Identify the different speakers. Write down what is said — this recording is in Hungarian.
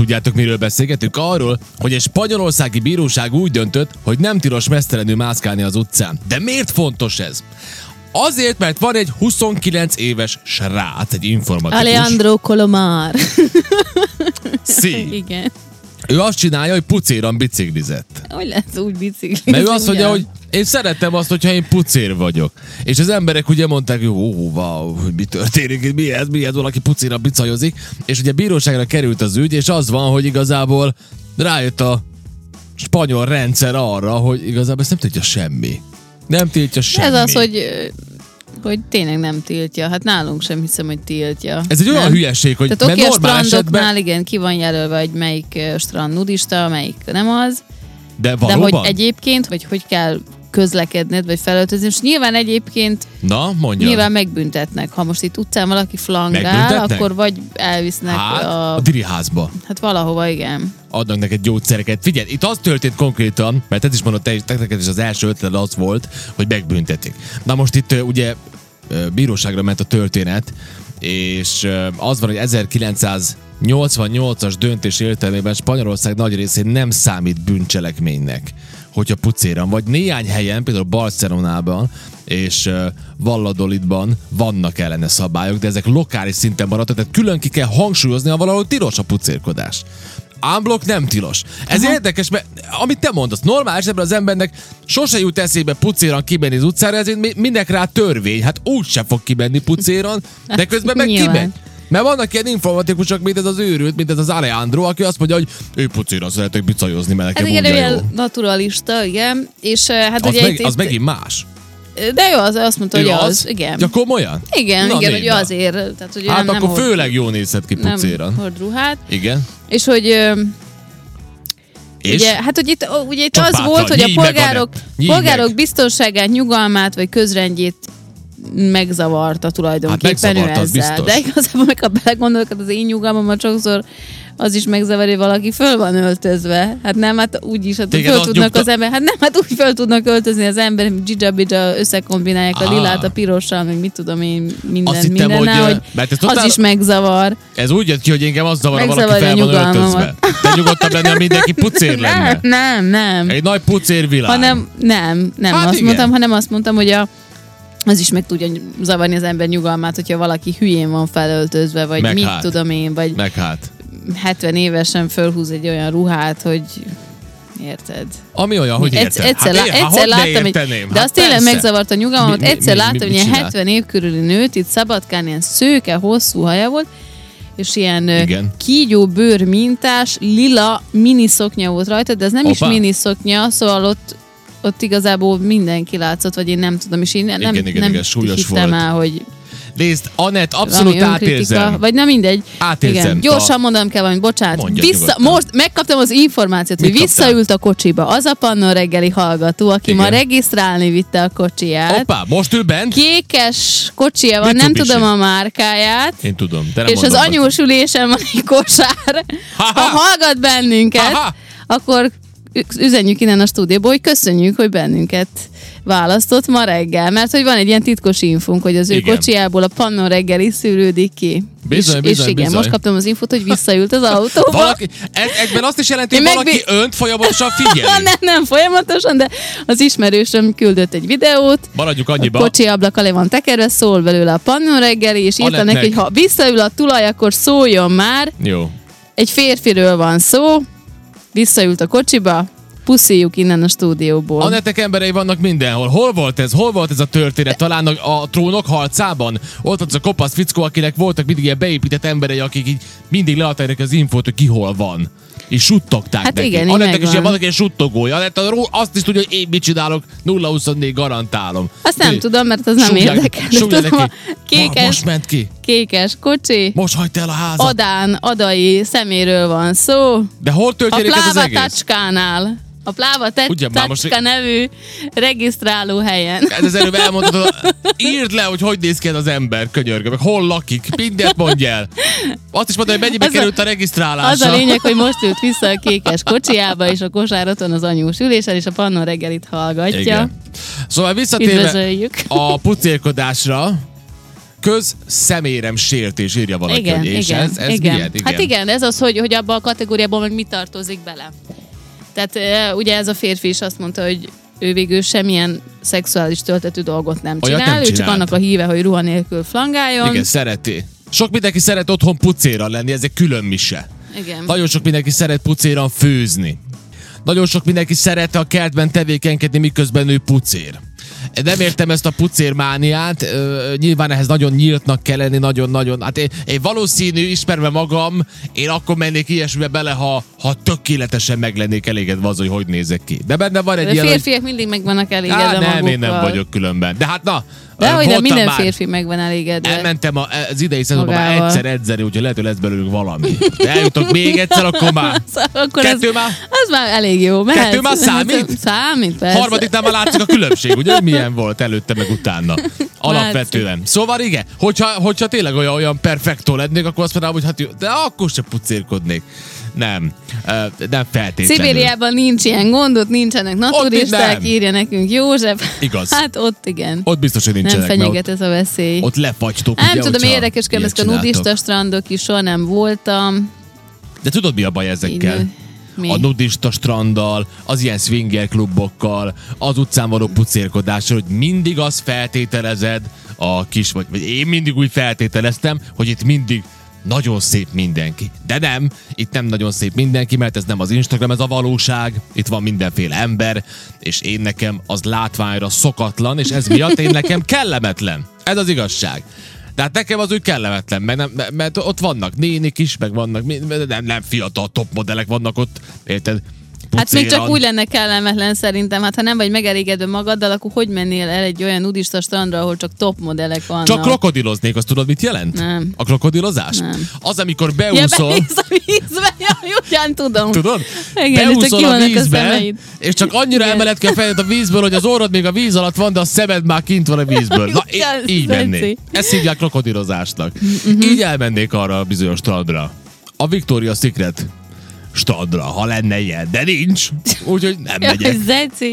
Speaker 1: Tudjátok, miről beszélgetünk? Arról, hogy egy spanyolországi bíróság úgy döntött, hogy nem tilos mesztelenül mászkálni az utcán. De miért fontos ez? Azért, mert van egy 29 éves srác, egy informatikus.
Speaker 2: Alejandro Colomar.
Speaker 1: Szí.
Speaker 2: Igen.
Speaker 1: Ő azt csinálja, hogy pucéran biciklizett.
Speaker 2: Hogy lehet úgy biciklizni?
Speaker 1: Mert ő azt mondja,
Speaker 2: ugyan?
Speaker 1: hogy én szeretem azt, hogyha én pucér vagyok. És az emberek ugye mondták, hogy ó, wow, hogy mi történik, itt, mi ez, mi ez, valaki pucéra bicajozik. És ugye bíróságra került az ügy, és az van, hogy igazából rájött a spanyol rendszer arra, hogy igazából ezt nem tiltja semmi. Nem tiltja semmi.
Speaker 2: Ez az, hogy ö, hogy tényleg nem tiltja. Hát nálunk sem hiszem, hogy tiltja.
Speaker 1: Ez egy olyan
Speaker 2: nem?
Speaker 1: hülyeség, hogy
Speaker 2: Tehát oké,
Speaker 1: mert
Speaker 2: a
Speaker 1: normál
Speaker 2: strandoknál
Speaker 1: esetben,
Speaker 2: igen, ki van jelölve, hogy melyik ö, strand nudista, melyik nem az.
Speaker 1: de
Speaker 2: De
Speaker 1: valóban?
Speaker 2: hogy egyébként, vagy hogy kell közlekedned, vagy felöltözni. És nyilván egyébként
Speaker 1: Na, mondja.
Speaker 2: nyilván megbüntetnek. Ha most itt utcán valaki flangál,
Speaker 1: Megbüntetnek?
Speaker 2: akkor vagy elvisznek
Speaker 1: hát,
Speaker 2: a...
Speaker 1: a diriházba.
Speaker 2: Hát valahova, igen.
Speaker 1: adnak neked gyógyszereket. Figyelj, itt az történt konkrétan, mert ez is mondott te is, neked is az első ötlet az volt, hogy megbüntetik. Na most itt ö, ugye ö, bíróságra ment a történet, és ö, az van, hogy 1988-as döntés értelmében Spanyolország nagy részén nem számít bűncselekménynek, hogyha pucéran vagy. Néhány helyen, például Barcelonában és ö, Valladolidban vannak ellene szabályok, de ezek lokális szinten maradtak, tehát külön ki kell hangsúlyozni, ha valahol tilos a pucérkodás. Ámblok nem tilos. Ez Aha. érdekes, mert amit te mondasz, normál esetben az embernek sose jut eszébe pucéran kimenni az utcára, ezért mi- mindek rá törvény. Hát úgy se fog kimenni pucéran, de közben meg
Speaker 2: Nyilván.
Speaker 1: kimegy. Mert vannak ilyen informatikusok, mint ez az őrült, mint ez az Alejandro, aki azt mondja, hogy ő pucéran szeretek bicajozni, mert
Speaker 2: Hát
Speaker 1: nekem
Speaker 2: igen,
Speaker 1: hát
Speaker 2: ő
Speaker 1: igen, jó.
Speaker 2: ilyen naturalista, igen. És eh, hát
Speaker 1: Az,
Speaker 2: ugye
Speaker 1: meg,
Speaker 2: itt,
Speaker 1: az
Speaker 2: itt,
Speaker 1: megint más.
Speaker 2: De jó, az, azt mondta, hogy
Speaker 1: Ő
Speaker 2: az, igen.
Speaker 1: Ja, komolyan?
Speaker 2: igen,
Speaker 1: Na,
Speaker 2: igen,
Speaker 1: nézd
Speaker 2: hogy ő
Speaker 1: már.
Speaker 2: azért. Tehát, hogy ő
Speaker 1: Hát
Speaker 2: nem,
Speaker 1: akkor
Speaker 2: nem hord-
Speaker 1: főleg jól nézhet ki
Speaker 2: nem
Speaker 1: pucéran.
Speaker 2: hord ruhát.
Speaker 1: Igen.
Speaker 2: És hogy ö,
Speaker 1: És?
Speaker 2: Ugye, hát, hogy itt, ó, ugye itt
Speaker 1: Csak
Speaker 2: az
Speaker 1: bátran,
Speaker 2: volt, hogy a
Speaker 1: nyíj meg,
Speaker 2: polgárok,
Speaker 1: Anett, nyíj
Speaker 2: polgárok
Speaker 1: meg.
Speaker 2: biztonságát, nyugalmát vagy közrendjét megzavarta tulajdonképpen
Speaker 1: Hát megzavarta,
Speaker 2: ő
Speaker 1: az
Speaker 2: ezzel.
Speaker 1: biztos.
Speaker 2: De igazából, meg ha belegondolok, hát az én nyugalmamat sokszor az is megzavarja valaki, föl van öltözve. Hát nem, hát úgy is, hát
Speaker 1: Téged
Speaker 2: föl
Speaker 1: az
Speaker 2: tudnak
Speaker 1: nyugta-
Speaker 2: az ember, hát nem, hát úgy föl tudnak öltözni az ember, dzsidzsa-bidzsa összekombinálják a
Speaker 1: Á.
Speaker 2: lilát a pirossal, meg mit tudom én, minden,
Speaker 1: Azt hittem,
Speaker 2: mindennel,
Speaker 1: hogy,
Speaker 2: hogy,
Speaker 1: ö, mert ezt
Speaker 2: az
Speaker 1: totál-
Speaker 2: is megzavar.
Speaker 1: Ez úgy jött ki, hogy engem az zavar, ha valaki
Speaker 2: Megzavarja
Speaker 1: fel van
Speaker 2: nyugalmamat.
Speaker 1: öltözve. De nyugodtabb lenne, ha mindenki pucér lenne.
Speaker 2: Nem, nem, nem.
Speaker 1: Egy nagy pucérvilág.
Speaker 2: Hanem nem, nem
Speaker 1: Hát
Speaker 2: hát azt
Speaker 1: igen.
Speaker 2: igen. mondtam, hanem azt mondtam, hogy a, az is meg tudja ny- zavarni az ember nyugalmát, hogyha valaki hülyén van felöltözve, vagy
Speaker 1: Meg
Speaker 2: mit
Speaker 1: hát.
Speaker 2: tudom én, vagy
Speaker 1: Meg hát.
Speaker 2: 70 évesen fölhúz egy olyan ruhát, hogy érted?
Speaker 1: Ami olyan, hogy
Speaker 2: Egy-
Speaker 1: érted.
Speaker 2: egyszer,
Speaker 1: hát,
Speaker 2: lá-
Speaker 1: én,
Speaker 2: egyszer láttam,
Speaker 1: hát,
Speaker 2: egy, de az tényleg megzavart a nyugalmat,
Speaker 1: Mi- mi-
Speaker 2: egyszer
Speaker 1: mi-
Speaker 2: láttam,
Speaker 1: mi-
Speaker 2: hogy
Speaker 1: mit
Speaker 2: ilyen
Speaker 1: csinált?
Speaker 2: 70 év körüli nőt, itt Szabadkán ilyen szőke, hosszú haja volt, és ilyen ö,
Speaker 1: Igen.
Speaker 2: kígyó bőr mintás, lila miniszoknya volt rajta, de ez nem
Speaker 1: Hoppá.
Speaker 2: is miniszoknya, szóval ott, ott igazából mindenki látszott, vagy én nem tudom, és én nem,
Speaker 1: Igen, igen,
Speaker 2: nem
Speaker 1: igen, súlyos
Speaker 2: hittem
Speaker 1: volt.
Speaker 2: el, hogy
Speaker 1: Nézd, Anett,
Speaker 2: valami
Speaker 1: abszolút
Speaker 2: önkritika,
Speaker 1: átérzem.
Speaker 2: vagy nem mindegy.
Speaker 1: Átérzem.
Speaker 2: Igen, gyorsan mondanom kell valamit, bocsánat.
Speaker 1: Mondja
Speaker 2: Vissza,
Speaker 1: nyugodtan.
Speaker 2: most megkaptam az információt, hogy
Speaker 1: Mit kaptál?
Speaker 2: visszaült a kocsiba az a pannon reggeli hallgató, aki
Speaker 1: Igen.
Speaker 2: ma regisztrálni vitte a kocsiját.
Speaker 1: Hoppá, most ő bent?
Speaker 2: Kékes kocsia van, nem
Speaker 1: Mitsubishi.
Speaker 2: tudom a márkáját.
Speaker 1: Én tudom, te nem
Speaker 2: És az
Speaker 1: mondod,
Speaker 2: anyós ülésen van egy kosár.
Speaker 1: Ha-ha!
Speaker 2: Ha hallgat bennünket,
Speaker 1: Ha-ha!
Speaker 2: akkor ü- üzenjük innen a stúdióból, hogy köszönjük, hogy bennünket választott ma reggel, mert hogy van egy ilyen titkos infunk, hogy az ő
Speaker 1: Igen.
Speaker 2: igen. kocsiából a pannon reggeli szűrődik ki.
Speaker 1: Bizony,
Speaker 2: és,
Speaker 1: bizony,
Speaker 2: és igen,
Speaker 1: bizony.
Speaker 2: most kaptam az infót, hogy visszaült az autóba.
Speaker 1: Valaki, ez, egyben azt is jelenti, hogy
Speaker 2: Én
Speaker 1: valaki
Speaker 2: megbi-
Speaker 1: önt folyamatosan figyeli.
Speaker 2: nem, nem folyamatosan, de az ismerősöm küldött egy videót,
Speaker 1: Maradjuk
Speaker 2: a
Speaker 1: annyiba.
Speaker 2: kocsi ablak alé van tekerve, szól belőle a pannon reggeli, és írta
Speaker 1: Anetnek.
Speaker 2: neki, hogy ha visszaül a tulaj, akkor szóljon már.
Speaker 1: Jó.
Speaker 2: Egy férfiről van szó, visszaült a kocsiba, puszíjuk innen a stúdióból.
Speaker 1: A netek emberei vannak mindenhol. Hol volt ez? Hol volt ez a történet? Talán a, a trónok harcában? Ott az a kopasz fickó, akinek voltak mindig ilyen beépített emberei, akik így mindig leadták neki az infót, hogy ki hol van. És suttogták
Speaker 2: Hát
Speaker 1: neki.
Speaker 2: igen, így
Speaker 1: Anettek is
Speaker 2: megvan.
Speaker 1: ilyen vannak ilyen suttogója. Anett a ró- azt is tudja, hogy én mit csinálok. 0-24 garantálom.
Speaker 2: Azt nem
Speaker 1: Így.
Speaker 2: tudom, mert az nem
Speaker 1: Súgják-
Speaker 2: érdekel. De
Speaker 1: súgják
Speaker 2: tudom,
Speaker 1: neki.
Speaker 2: a
Speaker 1: Ma-
Speaker 2: kékes,
Speaker 1: Most ment ki.
Speaker 2: kékes kocsi,
Speaker 1: Most hagyta el a házat.
Speaker 2: Adán, Adai szeméről van szó.
Speaker 1: De hol
Speaker 2: A
Speaker 1: történik ez az
Speaker 2: Pláva
Speaker 1: egész?
Speaker 2: Tacskánál. A Pláva
Speaker 1: Ugye,
Speaker 2: Te-
Speaker 1: már most-
Speaker 2: Tacska nevű regisztráló helyen.
Speaker 1: Ez Hát az előbb elmondod, írd le, hogy hogy néz ki ez az ember, könyörgöm, meg hol lakik, mindent mondj el. Azt is mondod, hogy mennyibe
Speaker 2: Az a-
Speaker 1: került a
Speaker 2: Az
Speaker 1: regisztrálása.
Speaker 2: a lényeg, hogy most ült vissza a kékes kocsiába, és a kosárat van az anyós ülésen, és a pannon reggelit hallgatja.
Speaker 1: Igen. Szóval visszatérve
Speaker 2: Üdvözöljük.
Speaker 1: a pucélkodásra, köz szemérem sértés, írja valaki,
Speaker 2: igen,
Speaker 1: hogy és
Speaker 2: igen,
Speaker 1: ez, ez
Speaker 2: igen.
Speaker 1: milyen? Igen.
Speaker 2: Hát igen, ez az, hogy, hogy abba a kategóriából meg mi tartozik bele. Tehát e, ugye ez a férfi is azt mondta, hogy ő végül semmilyen szexuális töltetű dolgot nem
Speaker 1: Olyat
Speaker 2: csinál,
Speaker 1: nem
Speaker 2: ő csak
Speaker 1: csinált.
Speaker 2: annak a híve, hogy ruha nélkül flangáljon.
Speaker 1: igen, szereti. Sok mindenki szeret otthon pucéra lenni, ez egy külön mise.
Speaker 2: igen.
Speaker 1: Nagyon sok mindenki szeret pucéran főzni. Nagyon sok mindenki szeret a kertben tevékenykedni, miközben ő pucér. Nem értem ezt a pucérmániát, ö, nyilván ehhez nagyon nyíltnak kell lenni, nagyon-nagyon. Hát én, én valószínű, ismerve magam, én akkor mennék ilyesmibe bele, ha, ha tökéletesen meg lennék elégedve az, hogy hogy nézek ki. De benne van egy
Speaker 2: De
Speaker 1: ilyen,
Speaker 2: férfiak mindig meg vannak
Speaker 1: hogy
Speaker 2: elégedve
Speaker 1: á, nem, én nem
Speaker 2: magukkal.
Speaker 1: vagyok különben. De hát na,
Speaker 2: De
Speaker 1: ö,
Speaker 2: hogy nem
Speaker 1: voltam
Speaker 2: minden
Speaker 1: már.
Speaker 2: férfi meg van elégedve.
Speaker 1: Elmentem a, az idei szezonban már
Speaker 2: Magával.
Speaker 1: egyszer edzeni, úgyhogy lehet, hogy lesz belőlünk valami. De eljutok még egyszer, akkor már.
Speaker 2: Szóval akkor
Speaker 1: Kettő
Speaker 2: az,
Speaker 1: már?
Speaker 2: az már elég jó, mehet.
Speaker 1: Kettő már számít?
Speaker 2: Számít, persze.
Speaker 1: Harmadiknál már látszik a különbség, ugye? Milyen volt előtte, meg utána. Alapvetően. Szóval igen, hogyha, hogyha tényleg olyan, olyan perfektó lennék, akkor azt mondanám, hogy hát jó, de akkor se pucérkodnék. Nem, Ö, nem feltétlenül.
Speaker 2: Szibériában nincs ilyen gondot, nincsenek
Speaker 1: Ott
Speaker 2: naturisták,
Speaker 1: nem.
Speaker 2: írja nekünk József.
Speaker 1: Igaz.
Speaker 2: Hát ott igen.
Speaker 1: Ott biztos, hogy
Speaker 2: nem
Speaker 1: nincsenek, mert ott,
Speaker 2: fenyeget ez a veszély.
Speaker 1: ott lefagytok.
Speaker 2: nem
Speaker 1: ugye,
Speaker 2: tudom,
Speaker 1: hogyha
Speaker 2: érdekes kell,
Speaker 1: ilyet
Speaker 2: ezek a
Speaker 1: csináltok.
Speaker 2: nudista strandok is soha nem voltam.
Speaker 1: De tudod, mi a baj ezekkel?
Speaker 2: Így, mi?
Speaker 1: A nudista stranddal, az ilyen swinger klubokkal, az utcán való pucérkodással, hogy mindig azt feltételezed a kis, vagy, vagy én mindig úgy feltételeztem, hogy itt mindig nagyon szép mindenki. De nem, itt nem nagyon szép mindenki, mert ez nem az Instagram, ez a valóság. Itt van mindenféle ember, és én nekem az látványra szokatlan, és ez miatt én nekem kellemetlen. Ez az igazság. De hát nekem az úgy kellemetlen, mert, nem, mert- mert ott vannak nénik is, meg vannak, mind- nem, nem fiatal topmodellek vannak ott, érted?
Speaker 2: Hát még csak
Speaker 1: Pucéran.
Speaker 2: úgy lenne kellemetlen szerintem, hát ha nem vagy megelégedve magaddal, akkor hogy mennél el egy olyan nudista strandra, ahol csak topmodellek vannak?
Speaker 1: Csak krokodiloznék, azt tudod, mit jelent?
Speaker 2: Nem.
Speaker 1: A krokodilozás?
Speaker 2: Nem.
Speaker 1: Az, amikor
Speaker 2: Ja,
Speaker 1: beúszol...
Speaker 2: bemész a vízbe, jaj, ugyan tudom.
Speaker 1: Tudod?
Speaker 2: Igen, csak
Speaker 1: Beúszol
Speaker 2: ki
Speaker 1: a
Speaker 2: vannak a
Speaker 1: vízbe,
Speaker 2: szemeid.
Speaker 1: és csak annyira
Speaker 2: Igen.
Speaker 1: emeled ki a fejed a vízből, hogy az orrod még a víz alatt van, de a szemed már kint van a vízből. Na, í-
Speaker 2: Ugyan,
Speaker 1: így mennék.
Speaker 2: Laci.
Speaker 1: Ezt hívják krokodilozásnak.
Speaker 2: Mhm.
Speaker 1: Így elmennék arra a bizonyos strandra. A Victoria Secret strandra, ha lenne ilyen, de nincs. Úgyhogy nem
Speaker 2: Jaj,
Speaker 1: megyek.
Speaker 2: Zeci.